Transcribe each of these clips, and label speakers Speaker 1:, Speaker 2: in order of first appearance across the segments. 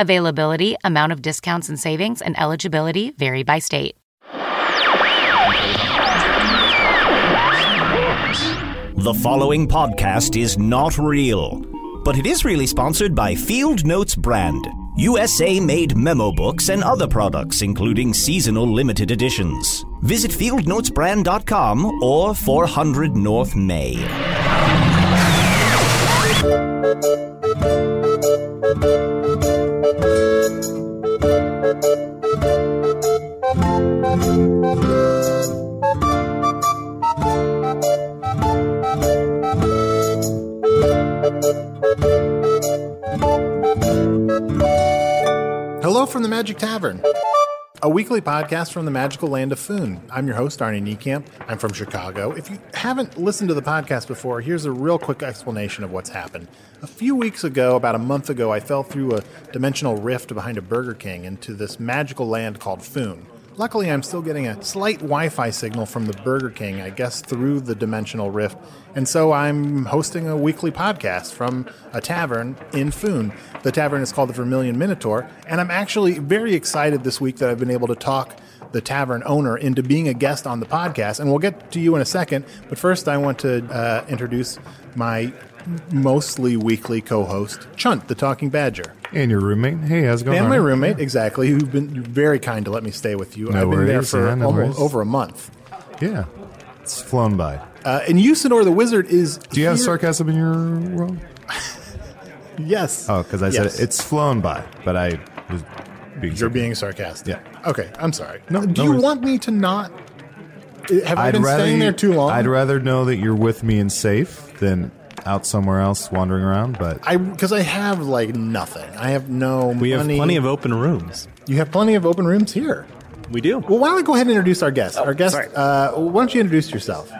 Speaker 1: Availability, amount of discounts and savings, and eligibility vary by state.
Speaker 2: The following podcast is not real, but it is really sponsored by Field Notes brand, USA made memo books and other products, including seasonal limited editions. Visit fieldnotesbrand.com or 400 North May.
Speaker 3: Hello from the Magic Tavern, a weekly podcast from the magical land of Foon. I'm your host, Arnie Niekamp. I'm from Chicago. If you haven't listened to the podcast before, here's a real quick explanation of what's happened. A few weeks ago, about a month ago, I fell through a dimensional rift behind a Burger King into this magical land called Foon. Luckily, I'm still getting a slight Wi Fi signal from the Burger King, I guess, through the dimensional rift. And so I'm hosting a weekly podcast from a tavern in Foon. The tavern is called the Vermilion Minotaur. And I'm actually very excited this week that I've been able to talk the tavern owner into being a guest on the podcast. And we'll get to you in a second. But first, I want to uh, introduce my mostly weekly co host, Chunt, the Talking Badger.
Speaker 4: And your roommate. Hey, how's it going?
Speaker 3: And my
Speaker 4: Arnie?
Speaker 3: roommate, exactly, who've been you're very kind to let me stay with you.
Speaker 4: No
Speaker 3: I've been there
Speaker 4: worries,
Speaker 3: for
Speaker 4: yeah, no
Speaker 3: almo-
Speaker 4: worries.
Speaker 3: over a month.
Speaker 4: Yeah. It's flown by.
Speaker 3: Uh, and Usador the Wizard is.
Speaker 4: Do you have
Speaker 3: here-
Speaker 4: sarcasm in your role?
Speaker 3: Yes.
Speaker 4: Oh, because I
Speaker 3: Yes.
Speaker 4: said it's flown by, but I was being.
Speaker 3: You're being sarcastic.
Speaker 4: Yeah.
Speaker 3: Okay, I'm sorry.
Speaker 4: No,
Speaker 3: Do
Speaker 4: no
Speaker 3: you
Speaker 4: worries.
Speaker 3: want me to not? eh, Have I
Speaker 4: I'd
Speaker 3: been
Speaker 4: rather
Speaker 3: staying
Speaker 4: you-
Speaker 3: there too long?
Speaker 4: I'd rather know that you're with me and safe than out somewhere else wandering around. But
Speaker 3: I because I have like nothing. I have no
Speaker 5: We have
Speaker 3: money.
Speaker 5: plenty of open rooms.
Speaker 3: You have plenty of open rooms here.
Speaker 5: We do.
Speaker 3: Well, why don't we go ahead and introduce our guest? our guest.
Speaker 5: sorry.
Speaker 3: Uh, why don't you introduce yourself?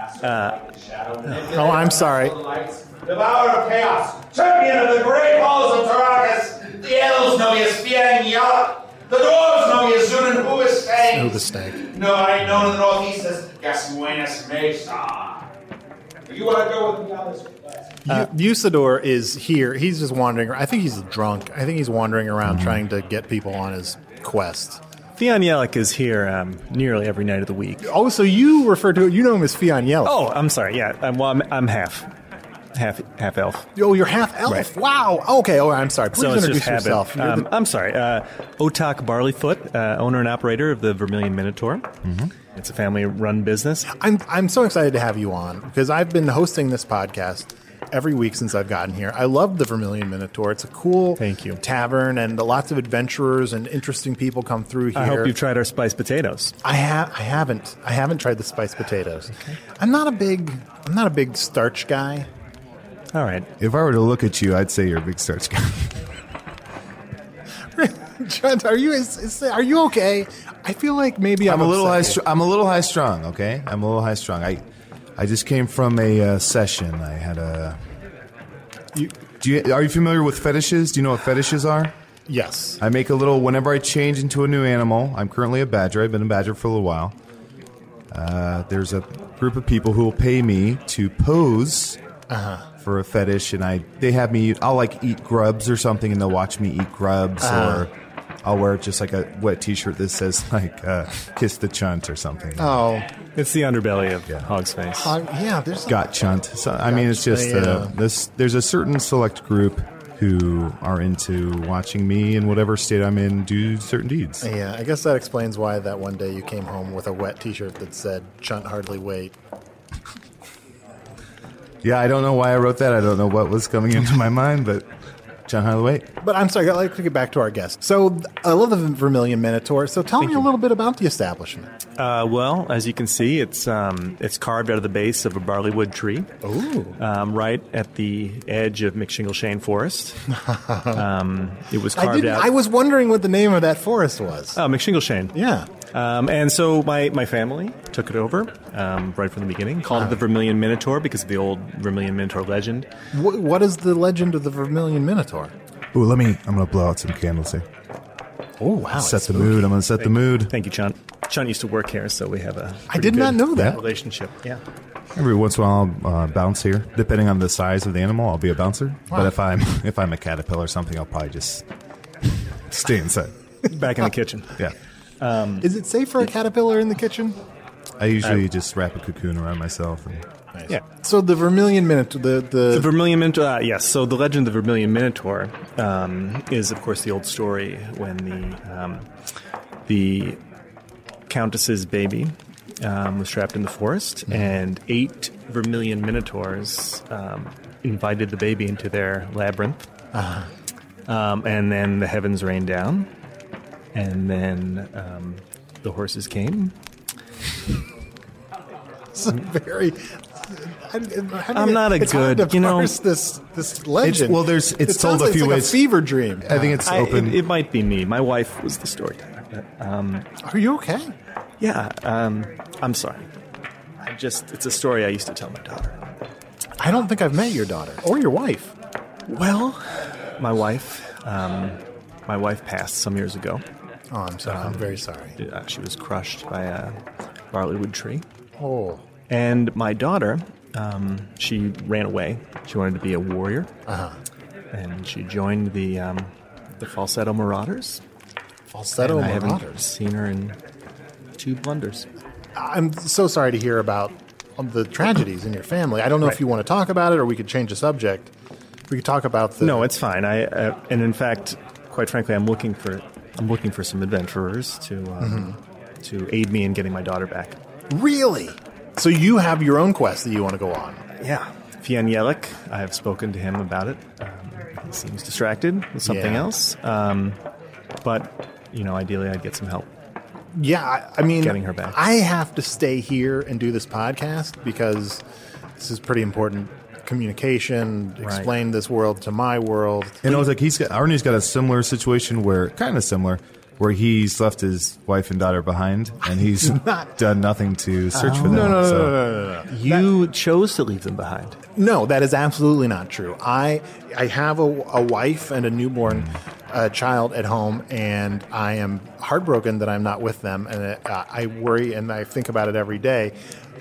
Speaker 3: oh, I'm sorry.
Speaker 6: Devourer of chaos, champion of the great halls of Tarakas, the elves know me as Fiang Yat, the dwarves know me as Zunan
Speaker 3: Oh, the
Speaker 6: Huistang.
Speaker 3: snake.
Speaker 6: No, I ain't known in the northeast as Gasmuenas Mesa. You want to go with the others?
Speaker 3: Uh, Usador is here. He's just wandering. I think he's drunk. I think he's wandering around
Speaker 5: Mm-hmm.
Speaker 3: trying to get people on his quest.
Speaker 5: Theon Yelich is here um, nearly every night of the week.
Speaker 3: Oh, so you refer to You know him as Fion Yellow.
Speaker 5: Oh, I'm sorry. Yeah, I'm, well, I'm, I'm half, half, half elf.
Speaker 3: Oh, you're half elf.
Speaker 5: Right.
Speaker 3: Wow. Okay. Oh, I'm sorry. Please
Speaker 5: so it's
Speaker 3: introduce
Speaker 5: just habit.
Speaker 3: yourself. You're
Speaker 5: Um,
Speaker 3: the-
Speaker 5: I'm sorry. Uh, Otak Barleyfoot, uh, owner and operator of the Vermilion Minotaur.
Speaker 3: Mm-hmm.
Speaker 5: It's a family-run business.
Speaker 3: I'm I'm so excited to have you on because I've been hosting this podcast every week since I've gotten here. I love the Vermilion Minotaur. It's a cool
Speaker 5: Thank you.
Speaker 3: tavern and lots of adventurers and interesting people come through here.
Speaker 5: I hope you've tried our spiced potatoes.
Speaker 3: I have. I haven't. I haven't tried the spiced potatoes. I'm not a big. I'm not a big starch guy.
Speaker 5: All right.
Speaker 4: if I were to look at you, I'd say you're a big starch guy.
Speaker 3: Trent, are you? Is, is, are you okay? I feel like maybe I'm,
Speaker 4: I'm a little high.
Speaker 3: upset.
Speaker 4: Str- I'm a little high strung. Okay, I'm a little high strung. I, I just came from a uh, session. I had a.
Speaker 3: You-
Speaker 4: do you are you familiar with fetishes? Do you know what fetishes are?
Speaker 3: Yes.
Speaker 4: I make a little whenever I change into a new animal. I'm currently a badger. I've been a badger for a little while. Uh, there's a group of people who will pay me to pose
Speaker 3: Uh-huh.
Speaker 4: for a fetish, and I they have me. I'll like eat grubs or something, and they'll watch me eat grubs,
Speaker 3: Uh-huh.
Speaker 4: or I'll wear just like a wet T-shirt that says like uh, "kiss the chunt" or something.
Speaker 3: Oh,
Speaker 5: It's the underbelly of Hog's Face.
Speaker 3: uh, yeah. There's a-
Speaker 4: got chunt. So I mean, it's just uh,
Speaker 3: Yeah.
Speaker 4: this. There's a certain select group who are into watching me in whatever state I'm in do certain deeds.
Speaker 3: yeah. I guess that explains why that one day you came home with a wet T-shirt that said "Chunt hardly wait."
Speaker 4: Yeah, I don't know why I wrote that. I don't know what was coming into my mind, but John Holloway.
Speaker 3: But I'm sorry. I'd like to get back to our guest. So th- I love the Vermilion Minotaur. So tell me a little bit about the establishment.
Speaker 5: Uh, well, as you can see, it's um, it's carved out of the base of a barleywood tree.
Speaker 3: Ooh.
Speaker 5: Um, right at the edge of McShingleshane Forest. um, it was
Speaker 3: I
Speaker 5: carved
Speaker 3: didn't.
Speaker 5: out.
Speaker 3: I was wondering what the name of that forest was.
Speaker 5: oh, McShingleshane.
Speaker 3: yeah.
Speaker 5: Um, and so my, my family took it over um, right from the beginning, called it the Vermilion Minotaur because of the old Vermilion Minotaur legend.
Speaker 3: Wh- what is the legend of the Vermilion Minotaur?
Speaker 4: Ooh, let me. I'm gonna blow out some candles here.
Speaker 3: Oh wow!
Speaker 4: set the mood. I'm gonna set the mood.
Speaker 5: Thank you, Chun. Chun used to work here, so we have a.
Speaker 3: I
Speaker 5: pretty
Speaker 3: did not
Speaker 5: good
Speaker 3: know that.
Speaker 5: relationship. Yeah.
Speaker 4: Every once in a while, I'll uh, bounce here. Depending on the size of the animal, I'll be a bouncer. But if I'm if I'm a caterpillar or something, I'll probably just stay inside.
Speaker 5: Back in the kitchen.
Speaker 4: Yeah,
Speaker 3: Is it safe for a caterpillar in the kitchen?
Speaker 4: I usually just wrap a cocoon around myself. And
Speaker 5: Yeah.
Speaker 3: So the Vermilion Minotaur, the the,
Speaker 5: The Vermilion Minotaur, uh, yes. So the legend of the Vermilion Minotaur um, is, of course, the old story when the um, the Countess's baby um, was trapped in the forest, and eight Vermilion Minotaurs um, invited the baby into their labyrinth, Uh-huh. um, and then the heavens rained down, and then um, the horses came.
Speaker 3: it's a very. I, I'm
Speaker 5: I'm
Speaker 3: having
Speaker 5: not a
Speaker 3: it's hard
Speaker 5: good-
Speaker 3: to
Speaker 5: you know-
Speaker 3: parse this this legend.
Speaker 4: well, there's- it's
Speaker 3: it sounds
Speaker 4: told a
Speaker 3: like
Speaker 4: few
Speaker 3: it's like
Speaker 4: ways.
Speaker 3: A fever dream.
Speaker 4: I think it's
Speaker 5: I-
Speaker 4: open.
Speaker 5: it, it might be me. My wife was the storyteller. But, um,
Speaker 3: Are you okay?
Speaker 5: Yeah, um, I'm sorry. I just, it's a story I used to tell my daughter.
Speaker 3: I don't think I've met your daughter or your wife.
Speaker 5: Well, my wife, um, my wife passed some years ago.
Speaker 3: Oh, I'm sorry. I'm very sorry.
Speaker 5: Uh, She was crushed by a barleywood tree.
Speaker 3: Oh,
Speaker 5: And my daughter, um, she ran away. She wanted to be a warrior. Uh-huh. And she joined the, um, the Falsetto Marauders.
Speaker 3: falsetto
Speaker 5: and I haven't
Speaker 3: marauders.
Speaker 5: seen her in two blunders.
Speaker 3: I'm so sorry to hear about the tragedies in your family. I don't know if
Speaker 5: Right.
Speaker 3: you want to talk about it or we could change the subject. We could talk about the
Speaker 5: No, it's fine. I uh, and in fact, quite frankly, I'm looking for I'm looking for some adventurers to um, to aid me in getting my daughter back.
Speaker 3: Really? So you have your own quest that you want to go on?
Speaker 5: Yeah, Fionn Yelik, I have spoken to him about it. Um, he seems distracted with something
Speaker 3: Yeah.
Speaker 5: else, um, but you know, ideally, I'd get some help.
Speaker 3: Yeah, I, I mean,
Speaker 5: Getting her back.
Speaker 3: I have to stay here and do this podcast because this is pretty important communication. Explain this world to my world.
Speaker 4: And I was like, he's got Arnie's got a similar situation where kind of similar, where he's left his wife and daughter behind, and he's done nothing to search for them. No, no, so.
Speaker 5: You chose to leave them behind.
Speaker 3: No, that is absolutely not true. I I have a, a wife and a newborn uh, child at home, and I am heartbroken that I'm not with them, and uh, I worry and I think about it every day.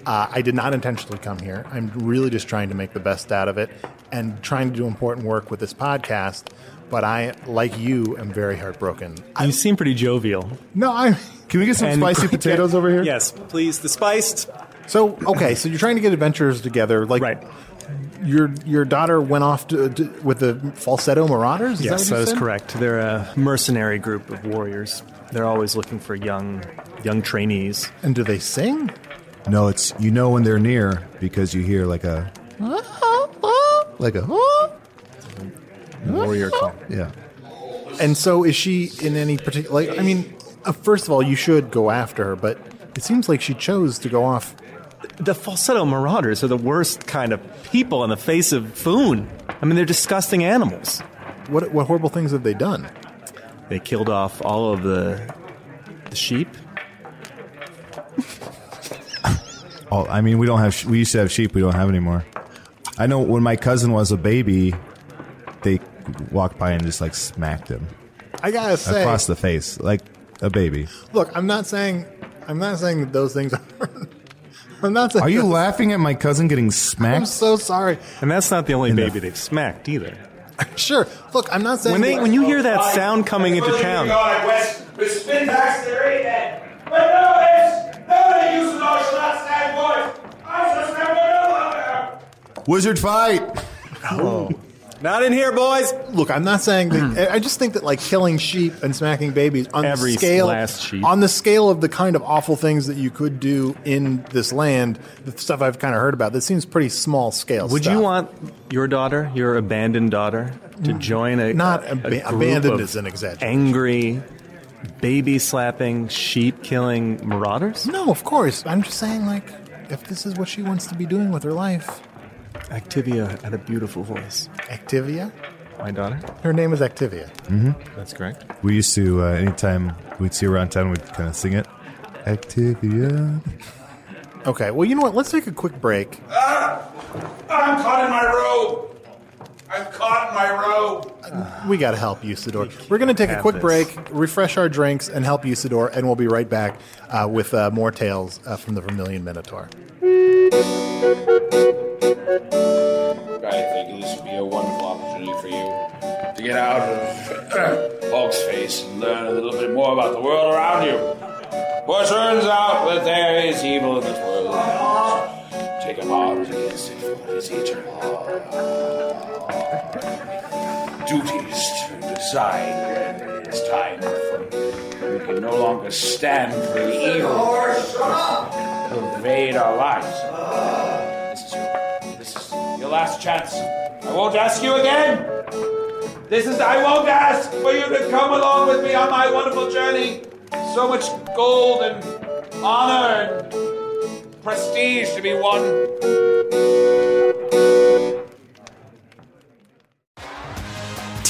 Speaker 3: Uh, I did not intentionally come here. I'm really just trying to make the best out of it and trying to do important work with this podcast. But I, like you, am very heartbroken.
Speaker 5: You seem pretty jovial.
Speaker 3: No, I'm.
Speaker 4: Can we get some spicy potatoes over here?
Speaker 5: Yes, please. The spiced.
Speaker 3: So okay, so you're trying to get adventurers together, like
Speaker 5: Right.
Speaker 3: Your your daughter went off to, to, with the falsetto marauders. Is
Speaker 5: Yes,
Speaker 3: that, what
Speaker 5: that
Speaker 3: you
Speaker 5: is
Speaker 3: said?
Speaker 5: correct. They're a mercenary group of warriors. They're always looking for young young trainees.
Speaker 3: And do they sing?
Speaker 4: No, it's you know when they're near because you hear like a like a
Speaker 5: warrior call.
Speaker 4: yeah.
Speaker 3: And so is she in any particular? Like, I mean, uh, first of all, you should go after her, but it seems like she chose to go off.
Speaker 5: The falsetto marauders are the worst kind of people on the face of Foon. I mean, they're disgusting animals.
Speaker 3: What what horrible things have they done?
Speaker 5: They killed off all of the the sheep.
Speaker 4: Oh, I mean, we don't have. sh- We used to have sheep. We don't have anymore. I know when my cousin was a baby, they walked by and just like smacked him.
Speaker 3: I I gotta say,
Speaker 4: across the face, like a baby.
Speaker 3: look, I'm not saying, I'm not saying that those things are. I'm not saying.
Speaker 4: Are you
Speaker 3: that-
Speaker 4: laughing at my cousin getting smacked?
Speaker 3: I'm so sorry.
Speaker 5: And that's not the only
Speaker 4: And the-
Speaker 5: baby they've smacked either.
Speaker 3: Sure. Look, I'm not saying.
Speaker 5: When they
Speaker 3: that-
Speaker 5: when you hear that sound coming into
Speaker 6: Believe me,
Speaker 5: town,
Speaker 6: God, West, with spin backs to the right end. But no, it's nobody uses our shots that voice. I just never know how
Speaker 4: Wizard fight.
Speaker 5: not in here, boys.
Speaker 3: Look, I'm not saying that. I just think that like killing sheep and smacking babies on
Speaker 5: Hmm. Every
Speaker 3: the scale
Speaker 5: last sheep.
Speaker 3: on the scale of the kind of awful things that you could do in this land, the stuff I've kind of heard about, that seems pretty small scale.
Speaker 5: Would
Speaker 3: stuff. Mm.
Speaker 5: you want your daughter, your abandoned daughter, to join a
Speaker 3: Not
Speaker 5: a,
Speaker 3: ab-
Speaker 5: group
Speaker 3: abandoned
Speaker 5: of
Speaker 3: is an exaggeration.
Speaker 5: Angry, baby slapping, sheep killing marauders.
Speaker 3: No, of course. I'm just saying like if this is what she wants to be doing with her life, Mm-hmm.
Speaker 5: Activia had a beautiful voice.
Speaker 3: Activia.
Speaker 5: My daughter.
Speaker 3: Her name is Activia.
Speaker 5: That's correct.
Speaker 4: We used to uh, anytime we'd see her around town, we'd kind of sing it. Activia.
Speaker 3: Okay. Well, you know what? Let's take a quick break.
Speaker 6: I'm caught in my robe. I'm caught in my robe.
Speaker 3: We got to help Usador. We're going to take a
Speaker 5: have
Speaker 3: quick
Speaker 5: this.
Speaker 3: break, refresh our drinks, and help Usador, and we'll be right back uh, with uh, more tales uh, from the Vermilion Minotaur.
Speaker 7: I think this would be a wonderful opportunity for you to get out of Hulk's face and learn a little bit more about the world around you. For it turns out that there is evil in this world. Take up arms against it, for it is eternal. uh, Duties to decide when it's time for you can no longer stand for the evil to invade our lives. This is your, this is your last chance. I won't ask you again.
Speaker 6: This is, I won't ask for you to come along with me on my wonderful journey. So much gold and honor and prestige to be won.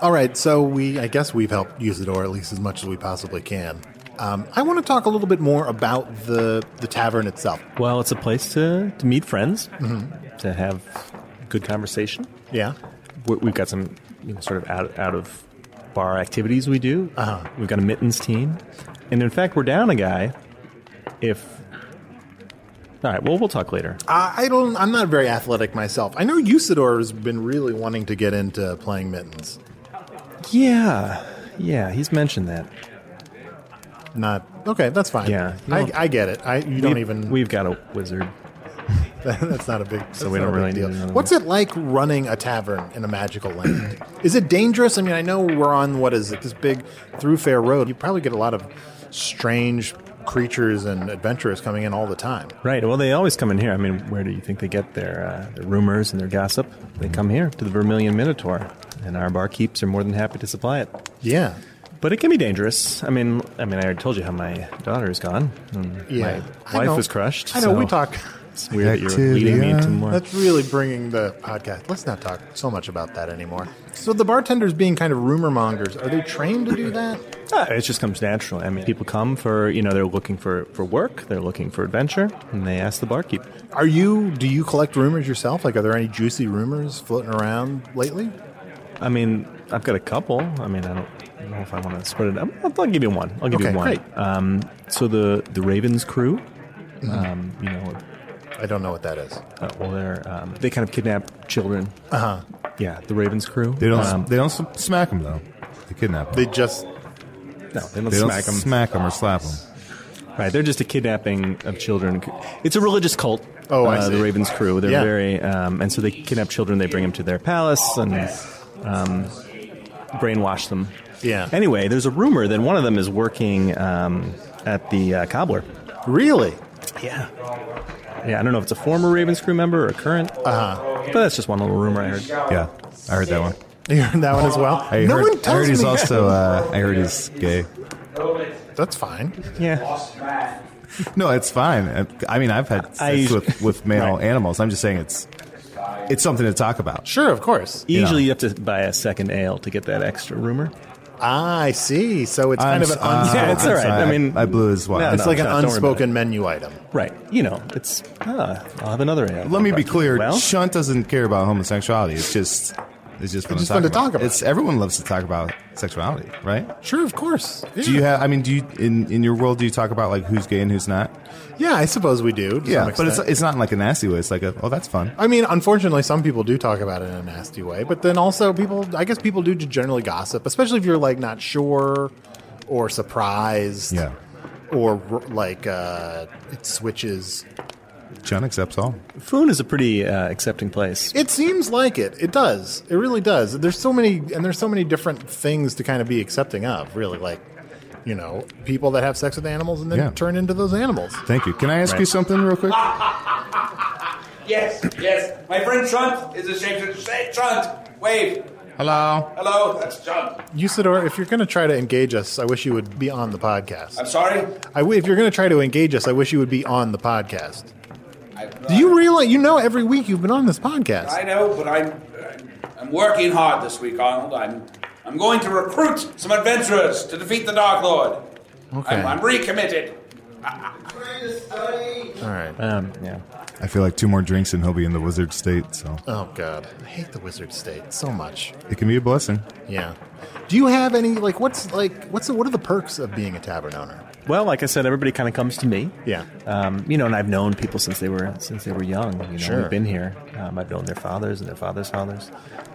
Speaker 3: All right, so we I guess we've helped Usador at least as much as we possibly can. Um, I want to talk a little bit more about the the tavern itself.
Speaker 5: Well, it's a place to, to meet friends,
Speaker 3: Mm-hmm.
Speaker 5: to have good conversation.
Speaker 3: Yeah.
Speaker 5: We- We've got some you know, sort of out, out of bar activities we do. Uh-huh. We've got a mittens team. And in fact, we're down a guy. If. All right, well, we'll talk later.
Speaker 3: I, I don't. I'm not very athletic myself. I know Usador has been really wanting to get into playing mittens.
Speaker 5: Yeah. Yeah, he's mentioned that.
Speaker 3: Not okay. That's fine.
Speaker 5: Yeah.
Speaker 3: I, I get it. I you don't even.
Speaker 5: We've got a wizard.
Speaker 3: that's not a big. So
Speaker 5: we don't really need
Speaker 3: deal.
Speaker 5: another
Speaker 3: What's it like running a tavern in a magical land? is it dangerous? I mean, I know we're on what is it? This big thoroughfare road. You probably get a lot of strange creatures and adventurers coming in all the time.
Speaker 5: Right. Well, they always come in here. I mean, where do you think they get their, uh, their rumors and their gossip? They come here to the Vermilion Minotaur, and our barkeeps are more than happy to supply it.
Speaker 3: Yeah.
Speaker 5: But it can be dangerous. I mean, I mean, I already told you how my daughter is gone. and
Speaker 3: Yeah. I
Speaker 5: my
Speaker 3: know.
Speaker 5: life is crushed.
Speaker 3: I know. We
Speaker 5: so
Speaker 3: talk.
Speaker 5: It's weird that you're leading me into
Speaker 4: Activia.
Speaker 5: more.
Speaker 3: That's really bringing the podcast. Let's not talk so much about that anymore. So the bartenders being kind of rumor mongers, are they trained to do that?
Speaker 5: Ah, it just comes naturally. I mean, people come for you know they're looking for for work, they're looking for adventure, and they ask the barkeep.
Speaker 3: Are you? Do you collect rumors yourself? Like, are there any juicy rumors floating around lately?
Speaker 5: I mean, I've got a couple. I mean, I don't. I don't know if I want to spread it. I'm- I'll, I'll give you one. I'll give
Speaker 3: Okay,
Speaker 5: you one.
Speaker 3: great.
Speaker 5: Um, so the the Ravens crew,
Speaker 3: Mm-hmm.
Speaker 5: um, you know,
Speaker 3: I don't know what that is.
Speaker 5: uh, well, they're um, they kind of kidnap children, uh-huh. Yeah, the Ravens crew.
Speaker 4: They don't.
Speaker 5: Um,
Speaker 4: they don't s- smack them though. They kidnap them.
Speaker 3: They just
Speaker 5: no, they don't
Speaker 4: They don't
Speaker 5: smack them.
Speaker 4: smack them or slap them.
Speaker 5: Right, they're just a kidnapping of children. It's a religious cult.
Speaker 3: Oh, I
Speaker 5: uh,
Speaker 3: see.
Speaker 5: the Ravens crew. They're
Speaker 3: Yeah.
Speaker 5: very, um, and so they kidnap children. They bring them to their palace and um, brainwash them.
Speaker 3: Yeah.
Speaker 5: Anyway, there's a rumor that one of them is working um, at the uh, cobbler.
Speaker 3: Really?
Speaker 5: Yeah. Yeah, I don't know if it's a former Ravens crew member or a current.
Speaker 3: Uh-huh.
Speaker 5: Uh huh. But that's just one little rumor I heard.
Speaker 4: Yeah, I heard that one.
Speaker 3: You heard that one as well?
Speaker 4: I
Speaker 3: no
Speaker 4: heard,
Speaker 3: one tells
Speaker 4: I heard he's
Speaker 3: me.
Speaker 4: also. Uh, I heard he's gay.
Speaker 3: That's fine.
Speaker 5: Yeah.
Speaker 4: No, it's fine. I, I mean, I've had
Speaker 5: I-
Speaker 4: sex with, with male
Speaker 5: Right.
Speaker 4: animals. I'm just saying it's it's something to talk about.
Speaker 3: Sure, of course.
Speaker 5: Usually you have to buy a second ale to get that extra rumor.
Speaker 3: I see. So it's
Speaker 4: I'm
Speaker 3: kind of an
Speaker 4: s- uh,
Speaker 3: unspoken,
Speaker 5: Yeah, it's all right.
Speaker 4: sorry.
Speaker 5: I mean-
Speaker 4: I blew his wad.
Speaker 5: No,
Speaker 3: it's like
Speaker 5: no,
Speaker 3: an
Speaker 5: don't worry about
Speaker 3: unspoken menu item.
Speaker 5: Right. You know, it's, ah, I'll have another ale.
Speaker 4: Let me be
Speaker 5: But-
Speaker 4: clear.
Speaker 5: Well,
Speaker 4: Shunt doesn't care about homosexuality. It's just it's just fun,
Speaker 3: It's just
Speaker 4: to,
Speaker 3: fun
Speaker 4: talk
Speaker 3: to talk about.
Speaker 4: It's everyone loves to talk about sexuality, right?
Speaker 3: Sure, of course. Yeah.
Speaker 4: Do you have? I mean, do you in in your world do you talk about like who's gay and who's not?
Speaker 3: yeah, I suppose we do. to some
Speaker 4: but it's
Speaker 3: extent.
Speaker 4: it's not in like a nasty way. It's like a oh, that's fun.
Speaker 3: I mean, unfortunately, some people do talk about it in a nasty way, but then also people, I guess people do generally gossip, especially if you're like not sure or surprised.
Speaker 4: Yeah.
Speaker 3: Or like uh, it switches.
Speaker 4: Shunt accepts all.
Speaker 5: Foon is a pretty uh, accepting place.
Speaker 3: It seems like it. It does. It really does. There's so many, and there's so many different things to kind of be accepting of, really. Like, you know, people that have sex with animals and then
Speaker 4: Yeah.
Speaker 3: turn into those animals.
Speaker 4: Thank you. Can I ask you something real quick?
Speaker 6: Yes, yes. My friend Trunt is a shapeshifter. Say, Trunt, wave.
Speaker 4: Hello.
Speaker 6: Hello, that's Trunt.
Speaker 3: Usador, if you're going to try to engage us, I wish you would be on the podcast.
Speaker 6: I'm sorry.
Speaker 3: I w if you're going to try to engage us, I wish you would be on the podcast.
Speaker 6: I,
Speaker 3: Do you realize you know every week you've been on this podcast?
Speaker 6: I know, but I'm, I'm I'm working hard this week, Arnold. I'm I'm going to recruit some adventurers to defeat the Dark Lord.
Speaker 3: Okay.
Speaker 6: I'm, I'm recommitted.
Speaker 3: All right.
Speaker 5: Um, yeah.
Speaker 4: I feel like two more drinks and he'll be in the wizard state. So
Speaker 3: oh god, I hate the wizard state so much.
Speaker 4: it can be a blessing.
Speaker 3: Yeah. Do you have any like what's like what's the, what are the perks of being a tavern owner?
Speaker 5: Well, like I said, everybody kind of comes to me.
Speaker 3: Yeah.
Speaker 5: Um, you know, and I've known people since they were since they were young. You know,
Speaker 3: Sure.
Speaker 5: We've been here. Um, I've known their fathers and their fathers' fathers.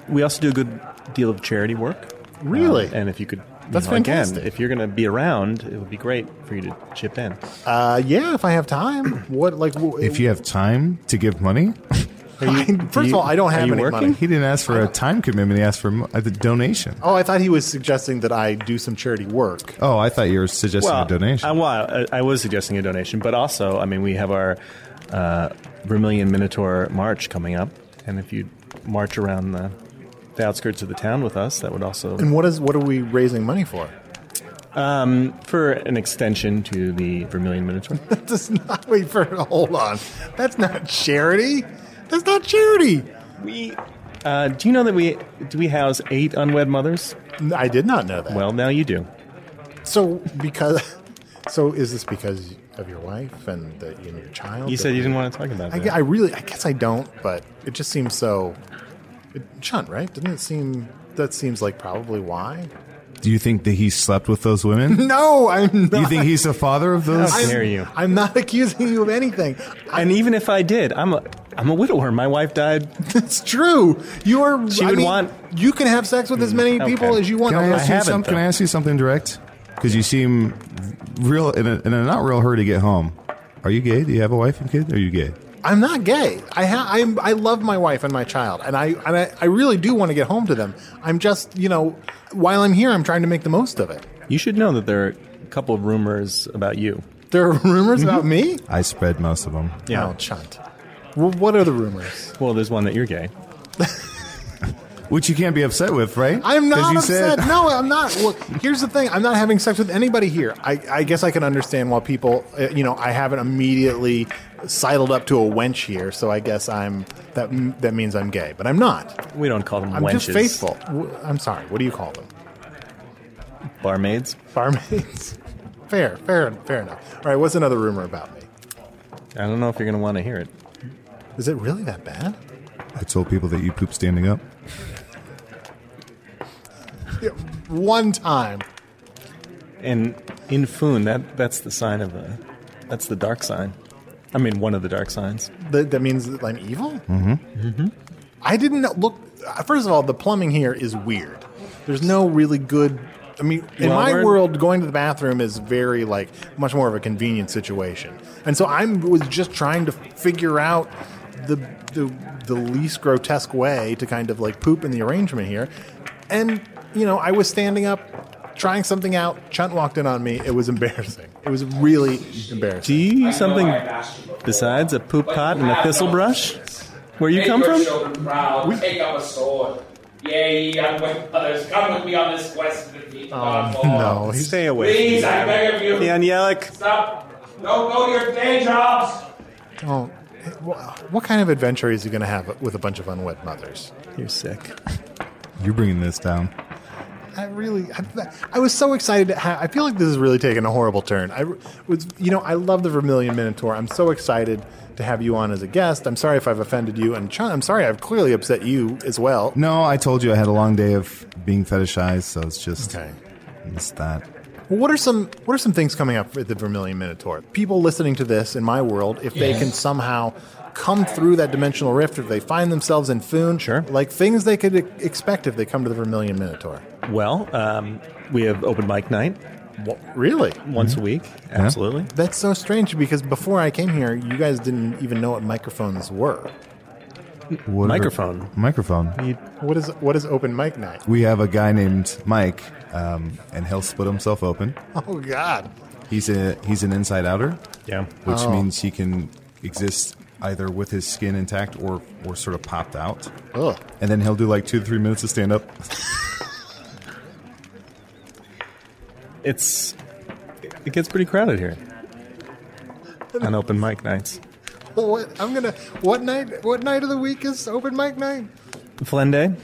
Speaker 5: We also do a good deal of charity work.
Speaker 3: Really?
Speaker 5: Um, and if you could, you
Speaker 3: That's
Speaker 5: know, again,
Speaker 3: fantastic.
Speaker 5: if you're going to be around, it would be great for you to chip in.
Speaker 3: Uh, yeah, if I have time. What like w-
Speaker 4: If you have time to give money,
Speaker 3: first of all, I don't
Speaker 5: are
Speaker 3: have
Speaker 5: you
Speaker 3: any
Speaker 5: working?
Speaker 3: money.
Speaker 4: he didn't ask for a time commitment. He asked for mo- a donation.
Speaker 3: Oh, I thought he was suggesting that I do some charity work.
Speaker 4: Oh, I thought you were suggesting
Speaker 5: well,
Speaker 4: a donation.
Speaker 5: I, well, I, I was suggesting a donation, but also, I mean, we have our uh, Vermilion Minotaur March coming up, and if you march around the, the outskirts of the town with us, that would also
Speaker 3: And what is what are we raising money for?
Speaker 5: Um, for an extension to the Vermilion Minotaur.
Speaker 3: That does not wait for hold on. That's not charity. That's not charity.
Speaker 5: we, uh, do you know that we do we house eight unwed mothers?
Speaker 3: I did not know that.
Speaker 5: Well, now you do.
Speaker 3: So because, so is this because of your wife and that you and your child?
Speaker 5: You said you didn't want to talk about
Speaker 3: I,
Speaker 5: that.
Speaker 3: I really, I guess I don't, but it just seems so. It, Chunt, right? Didn't it seem that seems like probably why?
Speaker 4: Do you think that he slept with those women?
Speaker 3: No, I'm
Speaker 4: Do
Speaker 3: not.
Speaker 4: you think he's the father of those?
Speaker 5: How
Speaker 3: I'm-
Speaker 5: dare you?
Speaker 3: I'm not accusing you of anything.
Speaker 5: and even if I did, I'm a I'm a widower. My wife died.
Speaker 3: That's true. You are.
Speaker 5: She
Speaker 3: I
Speaker 5: would
Speaker 3: mean,
Speaker 5: want- Mm,
Speaker 3: You can have sex with as many
Speaker 5: okay.
Speaker 3: people as you want.
Speaker 4: Can I,
Speaker 3: unless
Speaker 4: ask you
Speaker 3: you-
Speaker 5: haven't,
Speaker 4: some- can I
Speaker 5: though.
Speaker 4: ask you something direct? Because you seem real in a, in a not real hurry to get home. Are you gay? Do you have a wife and kid? Are you gay?
Speaker 3: I'm not gay. I ha- I'm, I love my wife and my child, and I and I, I really do want to get home to them. I'm just, you know, while I'm here, I'm trying to make the most of it.
Speaker 5: You should know that there are a couple of rumors about you.
Speaker 3: There are rumors about me?
Speaker 4: I spread most of them.
Speaker 5: Mm-hmm. Yeah.
Speaker 3: Oh, chunt. Well, what are the rumors?
Speaker 5: Well, there's one that you're gay.
Speaker 4: Which you can't be upset with, right?
Speaker 3: I'm
Speaker 4: 'Cause
Speaker 3: not
Speaker 4: you
Speaker 3: upset.
Speaker 4: said-
Speaker 3: no, I'm not. Look, here's the thing. I'm not having sex with anybody here. I, I guess I can understand why people, uh, you know, I haven't immediately sidled up to a wench here, so I guess I'm that m- that means I'm gay, but I'm not.
Speaker 5: We don't call them
Speaker 3: I'm
Speaker 5: wenches.
Speaker 3: just faithful. W- I'm sorry. What do you call them?
Speaker 5: Barmaids.
Speaker 3: Barmaids. fair, fair, fair enough. All right, what's another rumor about me?
Speaker 5: I don't know if you're going to want to hear it.
Speaker 3: Is it really that bad?
Speaker 4: I told people that you poop standing up.
Speaker 3: One time.
Speaker 5: And in Foon, that that's the sign of a that's the dark sign. I mean, one of the dark signs.
Speaker 3: That, that means that I'm evil? Mm-hmm. I didn't know. Look, uh, first of all, the plumbing here is weird. There's no really good. I mean, in
Speaker 5: Well,
Speaker 3: my
Speaker 5: we're-
Speaker 3: world, going to the bathroom is very like much more of a convenient situation, and so I was just trying to figure out the the the least grotesque way to kind of like poop in the arrangement here, and you know, I was standing up, trying something out. Chunt walked in on me. It was embarrassing. It was really embarrassing.
Speaker 5: Do you use something besides a poop pot and a thistle brush? Where you
Speaker 6: Make
Speaker 5: come
Speaker 6: your
Speaker 5: from?
Speaker 6: children proud. Take up a sword. Yea, young brothers, come with me on this quest to defeat God.
Speaker 5: Oh, no, stay away.
Speaker 6: Please, I beg of you.
Speaker 5: The angelic.
Speaker 6: Stop. Don't go to your day jobs.
Speaker 3: Oh, wha- what kind of adventure is he going to have with a bunch of unwed mothers?
Speaker 5: You're sick.
Speaker 4: You're bringing this down.
Speaker 3: I really, I, I was so excited. To ha- I feel like this is really taking a horrible turn. I r- was, you know, I love the Vermilion Minotaur. I'm so excited to have you on as a guest. I'm sorry if I've offended you, and Chun, I'm sorry I've clearly upset you as well.
Speaker 4: No, I told you I had a long day of being fetishized, so it's just
Speaker 3: Okay.
Speaker 4: it's that.
Speaker 3: Well, what are some what are some things coming up at the Vermilion Minotaur? People listening to this in my world, if they
Speaker 4: Yes.
Speaker 3: can somehow come through that dimensional rift, if they find themselves in Foon, sure, like things they could e- expect if they come to the Vermilion Minotaur.
Speaker 5: Well, um, we have open mic night.
Speaker 3: really?
Speaker 5: Once a week? Absolutely.
Speaker 3: That's so strange because before I came here, you guys didn't even know what microphones were.
Speaker 4: What are-
Speaker 5: Microphone.
Speaker 4: microphone.
Speaker 3: What is what is open mic night?
Speaker 4: We have a guy named Mike, um, and he'll split himself open.
Speaker 3: Oh God!
Speaker 4: He's a he's an inside outer.
Speaker 5: Yeah.
Speaker 4: Which
Speaker 3: Oh.
Speaker 4: means he can exist either with his skin intact or or sort of popped out.
Speaker 3: Ugh.
Speaker 4: And then he'll do like two to three minutes of stand up.
Speaker 5: It's it gets pretty crowded here on open mic nights.
Speaker 3: What I'm gonna what night? What night of the week is open mic night?
Speaker 5: Flende,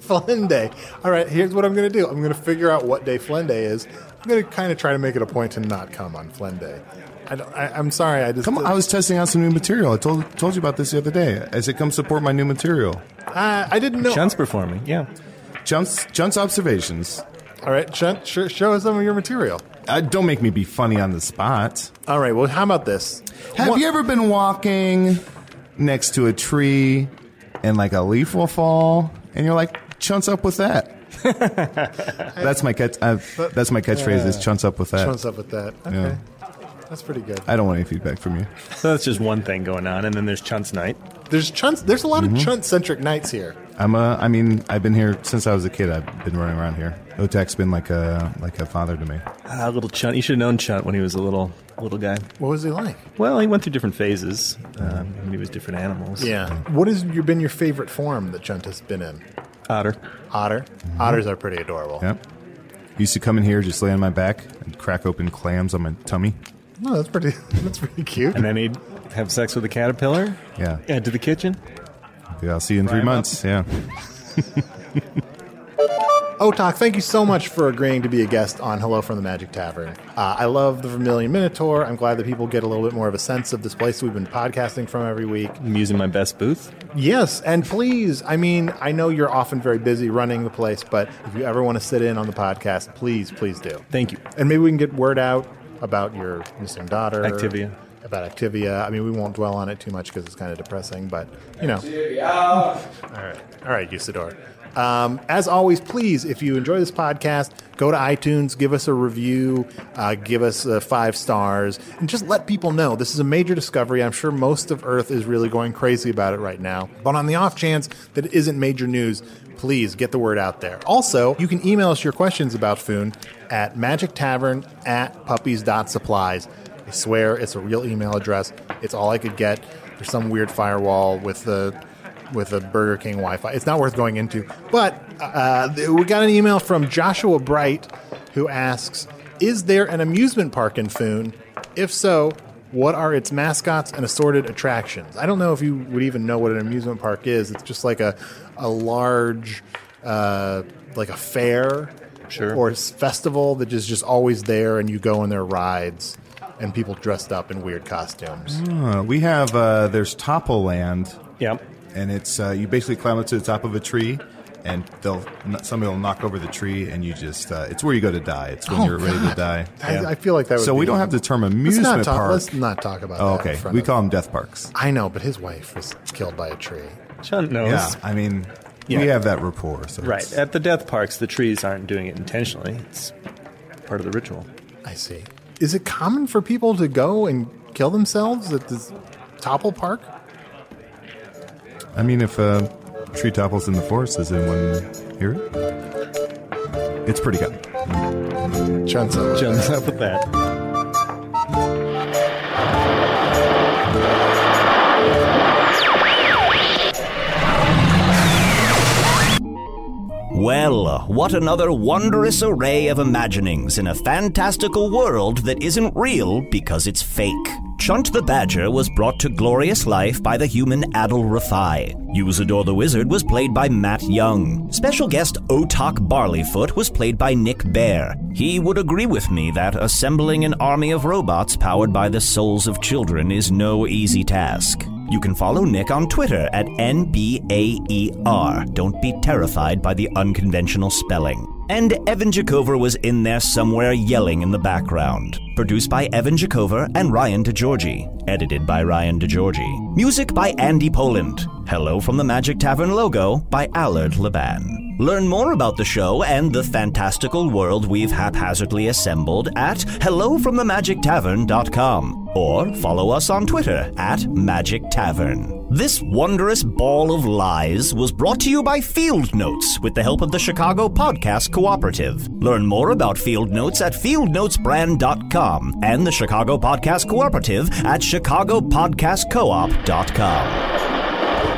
Speaker 3: Flynn Day. All right, here's what I'm gonna do. I'm gonna figure out what day Flynn Day is. I'm gonna kind of try to make it a point to not come on Flynn Day. I don't, I, I'm sorry. I just
Speaker 4: Come on, I was testing out some new material. I told told you about this the other day. I said, come support my new material.
Speaker 3: I, I didn't know.
Speaker 5: Chunt's performing. Yeah.
Speaker 4: Jump's Jump's observations.
Speaker 3: All right, Chunt, sh- show us some of your material.
Speaker 4: Uh, don't make me be funny on the spot.
Speaker 3: All right. Well, how about this?
Speaker 4: Have you ever been walking next to a tree and like a leaf will fall and you're like, chunts up with that? that's my catch. Uh, that's my catchphrase. is chunts up with that.
Speaker 3: Chunts up with that. Okay,
Speaker 4: Yeah.
Speaker 3: that's pretty good.
Speaker 4: I don't want any feedback from you.
Speaker 5: So that's just one thing going on, and then there's Chunt's night.
Speaker 3: There's chunts. There's a lot
Speaker 5: Mm-hmm.
Speaker 3: of chunt centric nights here.
Speaker 4: I'm a. I mean, I've been here since I was a kid. I've been running around here. Otak's been like a like a father to me.
Speaker 5: Ah, little Chunt. You should have known Chunt when he was a little little guy.
Speaker 3: What was he like?
Speaker 5: Well, he went through different phases. Um, when he was different animals.
Speaker 3: Yeah. What has your, been your favorite form that Chunt has been in?
Speaker 5: Otter.
Speaker 3: Otter.
Speaker 5: Mm-hmm.
Speaker 3: Otters are pretty adorable.
Speaker 4: Yep. Used to come in here, just lay on my back and crack open clams on my tummy.
Speaker 3: No, that's pretty. That's pretty cute.
Speaker 5: And then he'd have sex with a caterpillar.
Speaker 4: Yeah.
Speaker 5: Head to the kitchen.
Speaker 4: Yeah. I'll see you in three
Speaker 5: Fry 'em up.
Speaker 4: months. Yeah.
Speaker 3: Otak, Oh, thank you so much for agreeing to be a guest on Hello from the Magic Tavern. Uh, I love the Vermilion Minotaur. I'm glad that people get a little bit more of a sense of this place we've been podcasting from every week.
Speaker 5: I'm using my best booth.
Speaker 3: Yes, and please, I mean, I know you're often very busy running the place, but if you ever want to sit in on the podcast, please, please do.
Speaker 5: Thank you.
Speaker 3: And maybe we can get word out about your missing daughter.
Speaker 5: Activia.
Speaker 3: About Activia. I mean, we won't dwell on it too much because it's kind of depressing, but, you know. All right. All right, Usador. Um, as always, please, if you enjoy this podcast, go to iTunes, give us a review, uh, give us uh, five stars, and just let people know. This is a major discovery. I'm sure most of Earth is really going crazy about it right now. But on the off chance that it isn't major news, please get the word out there. Also, you can email us your questions about Foon at magictavern at puppies.supplies. I swear it's a real email address. It's all I could get. There's some weird firewall with the with a Burger King Wi-Fi. It's not worth going into. But uh, th- we got an email from Joshua Bright who asks, "Is there an amusement park in Foon? If so, what are its mascots and assorted attractions?" I don't know if you would even know what an amusement park is. It's just like a a large uh, like a fair
Speaker 5: Sure.
Speaker 3: or s- festival that is just always there, and you go on their rides. And people dressed up in weird costumes.
Speaker 4: Uh, we have uh, there's Topple Land,
Speaker 5: Yep.
Speaker 4: and it's uh, you basically climb up to the top of a tree, and they'll n- somebody will knock over the tree, and you just uh, it's where you go to die. It's when
Speaker 3: Oh,
Speaker 4: you're ready to
Speaker 3: God.
Speaker 4: die.
Speaker 3: I, I feel like that. Would
Speaker 4: so we
Speaker 3: be-
Speaker 4: don't have the term
Speaker 3: Let's
Speaker 4: amusement
Speaker 3: not talk,
Speaker 4: park.
Speaker 3: Let's not talk about
Speaker 4: Oh,
Speaker 3: that. in
Speaker 4: okay,
Speaker 3: front
Speaker 4: we
Speaker 3: of-
Speaker 4: call them death parks.
Speaker 3: I know, but his wife was killed by a tree.
Speaker 5: Chunt knows.
Speaker 4: Yeah, I mean, We have that rapport. So
Speaker 5: Right. At the death parks, the trees aren't doing it intentionally. It's part of the ritual.
Speaker 3: I see. Is it common for people to go and kill themselves at this Topple Park?
Speaker 4: I mean, if a tree topples in the forest, does anyone hear it? It's pretty good.
Speaker 3: Chunks up.
Speaker 5: Jumps up with that.
Speaker 2: Well, what another wondrous array of imaginings in a fantastical world that isn't real because it's fake. Chunt the Badger was brought to glorious life by the human Adel Rafai. Usador the Wizard was played by Matt Young. Special guest Otak Barleyfoot was played by Nick Bear. He would agree with me that assembling an army of robots powered by the souls of children is no easy task. You can follow Nick on Twitter at NBAER. E Don't be terrified by the unconventional spelling. And Evan Jacover was in there somewhere yelling in the background. Produced by Evan Jacover and Ryan DeGiorgi. Edited by Ryan DeGiorgi. Music by Andy Poland. Hello from the Magic Tavern logo by Allard Leban. Learn more about the show and the fantastical world we've haphazardly assembled at hellofromthemagictavern.com or follow us on Twitter at Magic Tavern. This wondrous ball of lies was brought to you by Field Notes with the help of the Chicago Podcast Cooperative. Learn more about Field Notes at fieldnotesbrand.com and the Chicago Podcast Cooperative at chicagopodcastcoop.com.